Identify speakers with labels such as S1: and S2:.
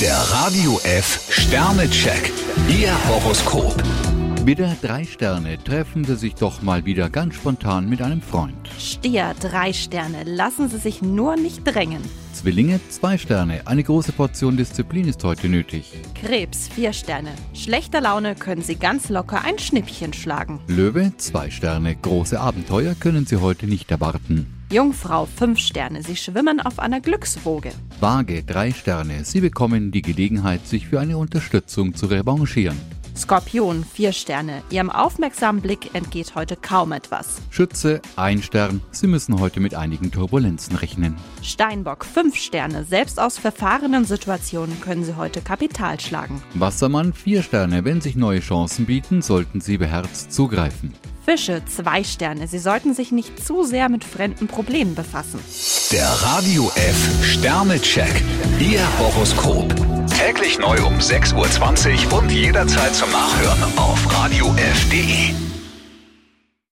S1: Der Radio F Sternecheck. Ihr Horoskop.
S2: Wieder drei Sterne. Treffen Sie sich doch mal wieder ganz spontan mit einem Freund.
S3: Stier, drei Sterne. Lassen Sie sich nur nicht drängen.
S2: Zwillinge, zwei Sterne. Eine große Portion Disziplin ist heute nötig.
S3: Krebs, vier Sterne. Schlechter Laune können Sie ganz locker ein Schnippchen schlagen.
S2: Löwe, zwei Sterne. Große Abenteuer können Sie heute nicht erwarten.
S3: Jungfrau, fünf Sterne. Sie schwimmen auf einer Glückswoge.
S2: Waage, drei Sterne. Sie bekommen die Gelegenheit, sich für eine Unterstützung zu revanchieren.
S3: Skorpion, vier Sterne. Ihrem aufmerksamen Blick entgeht heute kaum etwas.
S2: Schütze, ein Stern. Sie müssen heute mit einigen Turbulenzen rechnen.
S3: Steinbock, fünf Sterne. Selbst aus verfahrenen Situationen können Sie heute Kapital schlagen.
S2: Wassermann, vier Sterne. Wenn sich neue Chancen bieten, sollten Sie beherzt zugreifen.
S3: Fische, zwei Sterne. Sie sollten sich nicht zu sehr mit fremden Problemen befassen.
S1: Der Radio F Sternecheck. Ihr Horoskop. Täglich neu um 6.20 Uhr und jederzeit zum Nachhören auf Radio radiof.de.